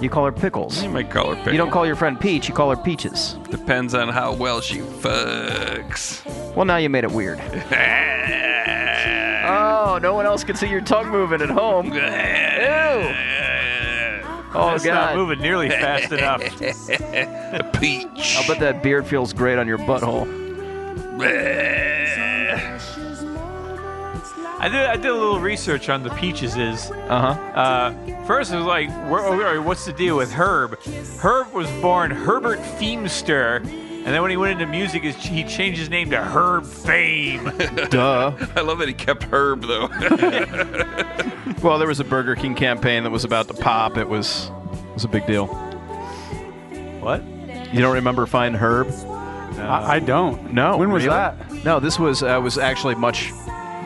Speaker 3: You call her Pickles.
Speaker 5: You might call her pickle.
Speaker 3: You don't call your friend Peach. You call her Peaches.
Speaker 5: Depends on how well she fucks.
Speaker 3: Well, now you made it weird. oh, no one else can see your tongue moving at home. Ew. Oh
Speaker 6: That's not
Speaker 3: God.
Speaker 6: moving nearly fast enough.
Speaker 5: Peach.
Speaker 3: I'll bet that beard feels great on your butthole.
Speaker 6: I did, I did a little research on the peaches is.
Speaker 3: Uh huh.
Speaker 6: Uh, first, it was like, where, oh, all right, what's the deal with Herb? Herb was born Herbert Feemster, and then when he went into music, his- he changed his name to Herb Fame.
Speaker 3: Duh.
Speaker 5: I love that he kept herb though.
Speaker 3: Well, there was a Burger King campaign that was about to pop. It was it was a big deal.
Speaker 6: what?
Speaker 3: You don't remember Fine Herb?
Speaker 2: I, I don't.
Speaker 3: No.
Speaker 2: When was
Speaker 3: really?
Speaker 2: that?
Speaker 3: No, this was uh, was actually much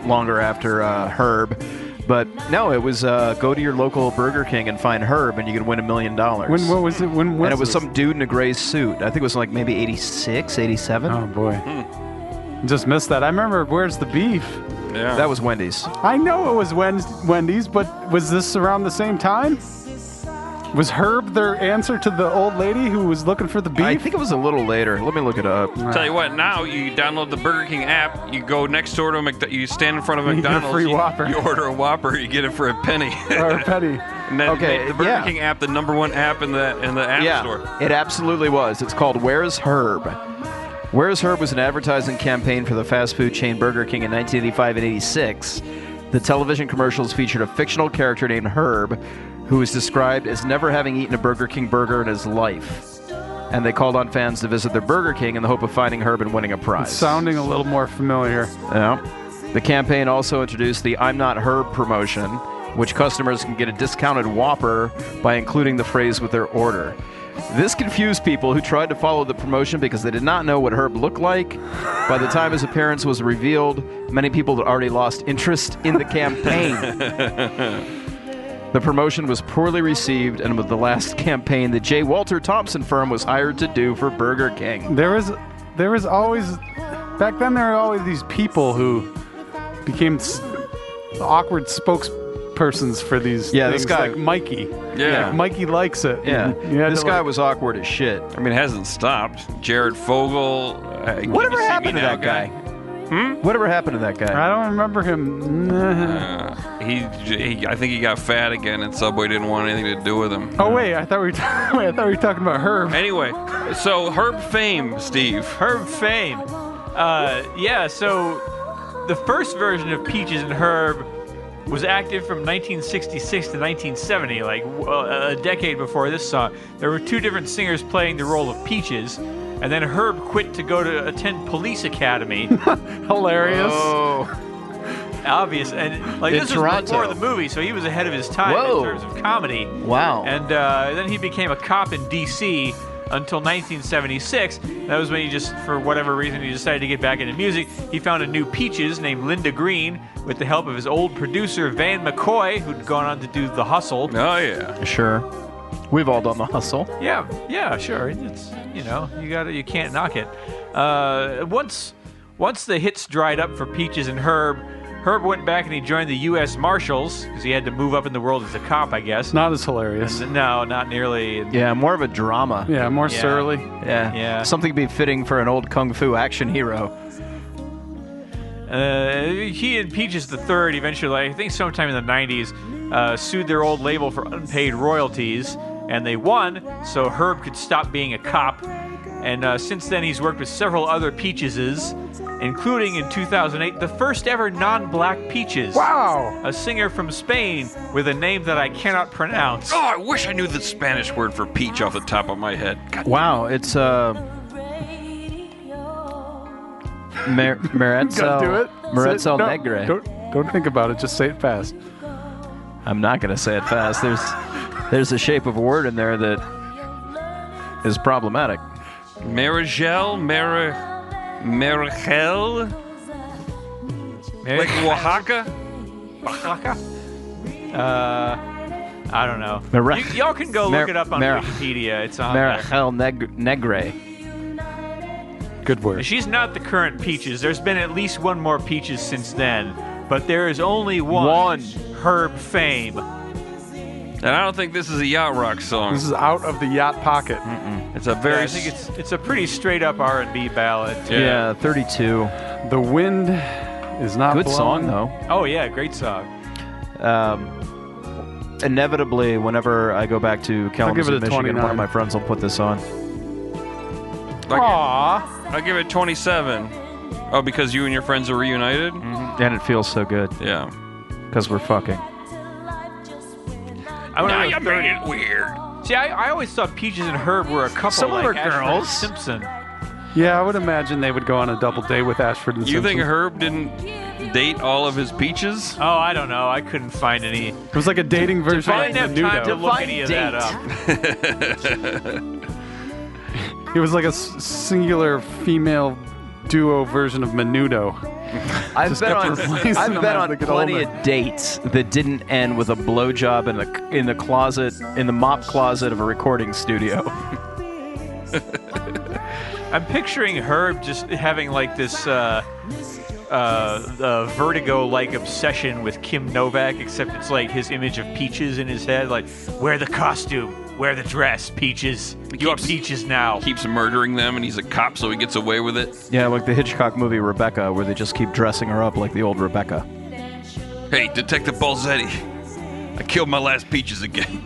Speaker 3: longer after uh, Herb. But no, it was uh, go to your local Burger King and find Herb, and you could win a million dollars.
Speaker 2: When what was it? When was
Speaker 3: and it was
Speaker 2: this?
Speaker 3: some dude in a gray suit. I think it was like maybe 86, 87.
Speaker 2: Oh boy. Just missed that. I remember. Where's the beef?
Speaker 5: yeah.
Speaker 3: That was Wendy's.
Speaker 2: I know it was Wen- Wendy's, but was this around the same time? Was Herb their answer to the old lady who was looking for the beef?
Speaker 3: I think it was a little later. Let me look it up.
Speaker 5: Tell you what, now you download the Burger King app, you go next door to a McDonald's, you stand in front of a
Speaker 2: You get a
Speaker 5: McDonald's,
Speaker 2: free
Speaker 5: you-
Speaker 2: Whopper.
Speaker 5: You, order a Whopper, you get it for a penny.
Speaker 2: or Petty.
Speaker 5: and then
Speaker 3: Uh, Okay,
Speaker 5: made the Burger
Speaker 3: yeah.
Speaker 5: King app, the number one app in the in the app
Speaker 3: yeah,
Speaker 5: store.
Speaker 3: it absolutely was. It's called Where's Herb? Where's Herb was an advertising campaign for the fast food chain Burger King in 1985 and 86. The television commercials featured a fictional character named Herb, who was described as never having eaten a Burger King burger in his life. And they called on fans to visit their Burger King in the hope of finding Herb and winning a prize.
Speaker 2: Sounding a little more familiar.
Speaker 3: Yeah. The campaign also introduced the I'm Not Herb promotion, which customers can get a discounted Whopper by including the phrase with their order. This confused people who tried to follow the promotion because they did not know what Herb looked like. By the time his appearance was revealed, many people had already lost interest in the campaign. the promotion was poorly received and was the last campaign the J. Walter Thompson firm was hired to do for Burger King.
Speaker 2: There was, there was always, back then there were always these people who became s- awkward spokespersons for these.
Speaker 3: Yeah, this
Speaker 2: things,
Speaker 3: guy-
Speaker 2: like Mikey.
Speaker 5: Yeah.
Speaker 2: Like Mikey likes it.
Speaker 3: Yeah.
Speaker 2: You had
Speaker 3: This
Speaker 2: to,
Speaker 3: guy
Speaker 2: like-
Speaker 3: was awkward as shit.
Speaker 5: I mean, it hasn't stopped. Jared Fogle. Uh, Can You
Speaker 3: Whatever
Speaker 5: See
Speaker 3: happened
Speaker 5: Me
Speaker 3: to
Speaker 5: Now
Speaker 3: that guy? Hmm? Whatever happened to that guy?
Speaker 2: I don't remember him. Nah.
Speaker 5: Uh, he, he, I think he got fat again, and Subway didn't want anything to do with him.
Speaker 2: Oh wait, I thought we were ta- wait, I thought we were talking about Herb.
Speaker 5: Anyway, so Herb Fame, Steve.
Speaker 6: Herb Fame. Uh, yeah, so the first version of Peaches and Herb was active from 1966 to 1970, like w- uh, a decade before this song. There were two different singers playing the role of Peaches, and then Herb quit to go to attend police academy.
Speaker 2: Hilarious.
Speaker 6: Obvious, and like
Speaker 3: In
Speaker 6: this
Speaker 3: Toronto.
Speaker 6: was before the movie, so he was ahead of his time
Speaker 3: Whoa.
Speaker 6: in terms of comedy.
Speaker 3: Wow.
Speaker 6: And uh, then he became a cop in D.C. until 1976. That was when he just, for whatever reason, he decided to get back into music. He found a new Peaches named Linda Green with the help of his old producer, Van McCoy, who'd gone on to do The Hustle.
Speaker 5: Oh, yeah.
Speaker 3: sure. We've all done the hustle.
Speaker 6: Yeah, yeah, sure. It's you know you got to you can't knock it. Uh, once once the hits dried up for Peaches and Herb, Herb went back and he joined the U.S. Marshals because he had to move up in the world as a cop, I guess.
Speaker 2: Not as hilarious.
Speaker 6: No, not nearly.
Speaker 3: Yeah, more of a drama.
Speaker 2: Yeah, more
Speaker 6: Yeah.
Speaker 2: surly.
Speaker 3: Yeah.
Speaker 6: Yeah.
Speaker 3: Something befitting for an old kung fu action hero.
Speaker 6: Uh, he and Peaches the Third eventually, like, I think sometime in the 90s, uh, sued their old label for unpaid royalties, and they won, so Herb could stop being a cop. And uh, since then, he's worked with several other Peacheses, including in 2008, the first ever non black Peaches.
Speaker 2: Wow.
Speaker 6: A singer from Spain with a name that I cannot pronounce.
Speaker 5: Oh, I wish I knew the Spanish word for peach off the top of my head. God,
Speaker 3: Wow, it's uh, Mer- Merezzo.
Speaker 2: Gotta do it. Say
Speaker 3: Merezzo
Speaker 2: no,
Speaker 3: Negre.
Speaker 2: Don't, don't think about it. Just say it fast.
Speaker 3: I'm not gonna say it fast. There's there's a shape of a word in there that is problematic.
Speaker 5: Marigel, Mara, Marigel, like Oaxaca.
Speaker 6: Uh, I don't know.
Speaker 3: Mer-
Speaker 6: You- y'all can go
Speaker 3: Mer-
Speaker 6: look it up on
Speaker 3: Mer-
Speaker 6: Wikipedia. It's on there.
Speaker 3: Merejel Neg- Negre.
Speaker 2: Good
Speaker 6: And
Speaker 2: word.
Speaker 6: She's not the current Peaches. There's been at least one more Peaches since then, but there is only one.
Speaker 3: One.
Speaker 6: Herb Fame.
Speaker 5: And I don't think this is a yacht rock song.
Speaker 2: This is out of the yacht pocket.
Speaker 3: Hmm.
Speaker 5: It's a
Speaker 6: Yeah,
Speaker 5: very
Speaker 6: I think it's it's a pretty straight up R&B ballad.
Speaker 5: Yeah.
Speaker 3: Yeah, 32.
Speaker 2: The wind is not
Speaker 3: Good song
Speaker 2: blowing.
Speaker 3: though.
Speaker 6: Oh yeah, great song.
Speaker 3: Um, inevitably, whenever I go back to
Speaker 2: give
Speaker 3: Kalamazoo,
Speaker 2: it a
Speaker 3: Michigan, one
Speaker 2: 29.
Speaker 3: of my friends will put this on.
Speaker 5: I'll
Speaker 6: Aw.
Speaker 5: give it 27. Oh, because you and your friends are reunited?
Speaker 3: And it feels so good
Speaker 5: Yeah.
Speaker 3: because we're fucking.
Speaker 6: I now you made it weird. See, I, I always thought Peaches and Herb were a couple.
Speaker 3: Some of our
Speaker 6: like Ashford and
Speaker 3: girls.
Speaker 6: Simpson.
Speaker 2: Yeah, I would imagine they would go on a double day with Ashford and
Speaker 5: You
Speaker 2: Simpson.
Speaker 5: think Herb didn't date all of his peaches?
Speaker 6: Oh, I don't know. I couldn't find any.
Speaker 2: it was like a dating version
Speaker 6: I
Speaker 2: of
Speaker 6: didn't have
Speaker 2: the
Speaker 6: time to
Speaker 2: nudo.
Speaker 6: look any of that up.
Speaker 2: It was like a s- singular female duo version of Menudo.
Speaker 3: I've
Speaker 2: Just
Speaker 3: been
Speaker 2: kept
Speaker 3: on,
Speaker 2: replacing
Speaker 3: I've
Speaker 2: them
Speaker 3: been
Speaker 2: as
Speaker 3: on
Speaker 2: they get
Speaker 3: plenty
Speaker 2: older.
Speaker 3: of dates that didn't end with a blowjob in the in the closet in the mop closet of a recording studio.
Speaker 6: I'm picturing Herb just having like this uh, uh, uh, vertigo-like obsession with Kim Novak, except it's like his image of Peaches in his head. Like, wear the costume, wear the dress, Peaches. You are
Speaker 5: keeps-
Speaker 6: Peaches now.
Speaker 5: keeps murdering them and he's a cop so he gets away with it.
Speaker 3: Yeah, like the Hitchcock movie Rebecca, where they just keep dressing her up like the old Rebecca.
Speaker 5: Hey, Detective Balzetti, I killed my last peaches again.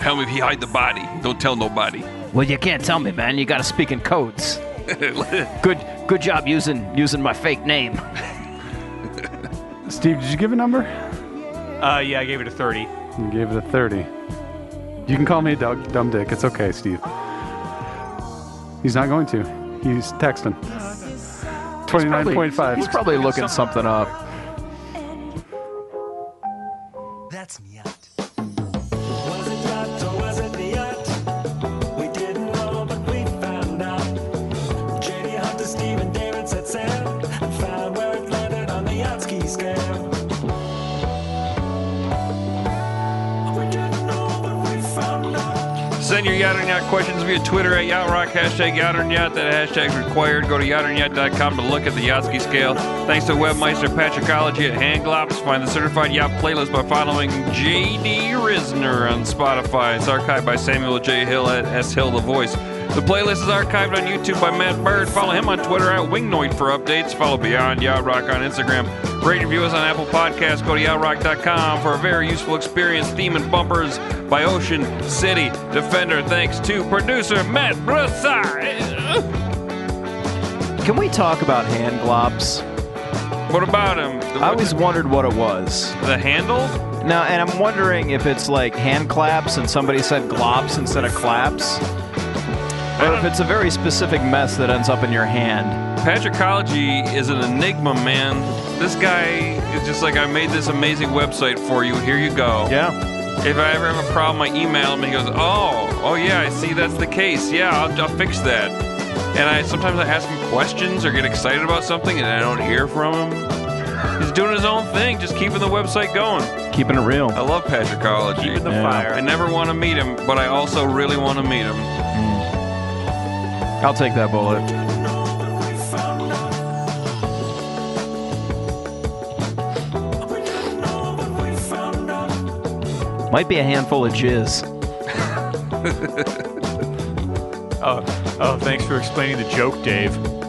Speaker 5: Help me if he hide the body. Don't tell nobody.
Speaker 7: Well, you can't tell me, man. You gotta speak in codes.
Speaker 5: I
Speaker 7: Good, good job using using my fake name.
Speaker 2: Steve, did you give a number?
Speaker 6: Uh, yeah, I gave it a 30.
Speaker 2: You gave it a 30. You can call me a dog, dumb dick. It's okay, Steve. He's not going to. He's texting. 29.5.
Speaker 3: He's probably looking something up.
Speaker 1: That's Miat.
Speaker 4: Was it yacht or was it yacht? We didn't know, but we found out. J.D. Hunter, Stephen David set sail and found where it landed on the yacht ski scale. We didn't know, but we found out.
Speaker 5: Send your Yacht and Yacht questions via Twitter at Yacht Rock, hashtag Yacht and Yacht. That hashtag's required. Go to yachtornyacht.com to look at the Yachtsky scale. Thanks to webmaster Patrickology at Handglops. Find the certified yacht playlist by following J.D. Risner on Spotify. It's archived by Samuel J. Hill at S. Hill The Voice. The playlist is archived on YouTube by Matt Bird. Follow him on Twitter at Wingnoid for updates. Follow Beyond Yacht Rock on Instagram. Rate and review us on Apple Podcasts. Go to yachtrock.com for a very useful experience. Theme and bumpers by Ocean City Defender. Thanks to producer Matt Bressai.
Speaker 3: Can we talk about hand globs?
Speaker 5: What about him? The,
Speaker 3: I always wondered what it was.
Speaker 5: the handle?
Speaker 3: Now, and I'm wondering if it's like hand claps and somebody said globs instead of claps, or if it's a very specific mess that ends up in your hand.
Speaker 5: Patrickology is an enigma, man. This guy is just like, I made this amazing website for you. Here you go.
Speaker 3: Yeah.
Speaker 5: If I ever have a problem, I email him and he goes, Oh, oh yeah, I see that's the case. Yeah, I'll, I'll fix that. And I sometimes I ask him questions or get excited about something and I don't hear from him. He's doing his own thing, just keeping the website going.
Speaker 3: Keeping it real.
Speaker 5: I love Patrickology.
Speaker 6: Keep it the
Speaker 3: Yeah.
Speaker 5: I
Speaker 6: fire.
Speaker 5: never want to meet him, but I also really want to meet him.
Speaker 3: I'll take that bullet.
Speaker 4: Oh,
Speaker 3: Might be a handful of jizz.
Speaker 6: Oh, oh, thanks for explaining the joke, Dave.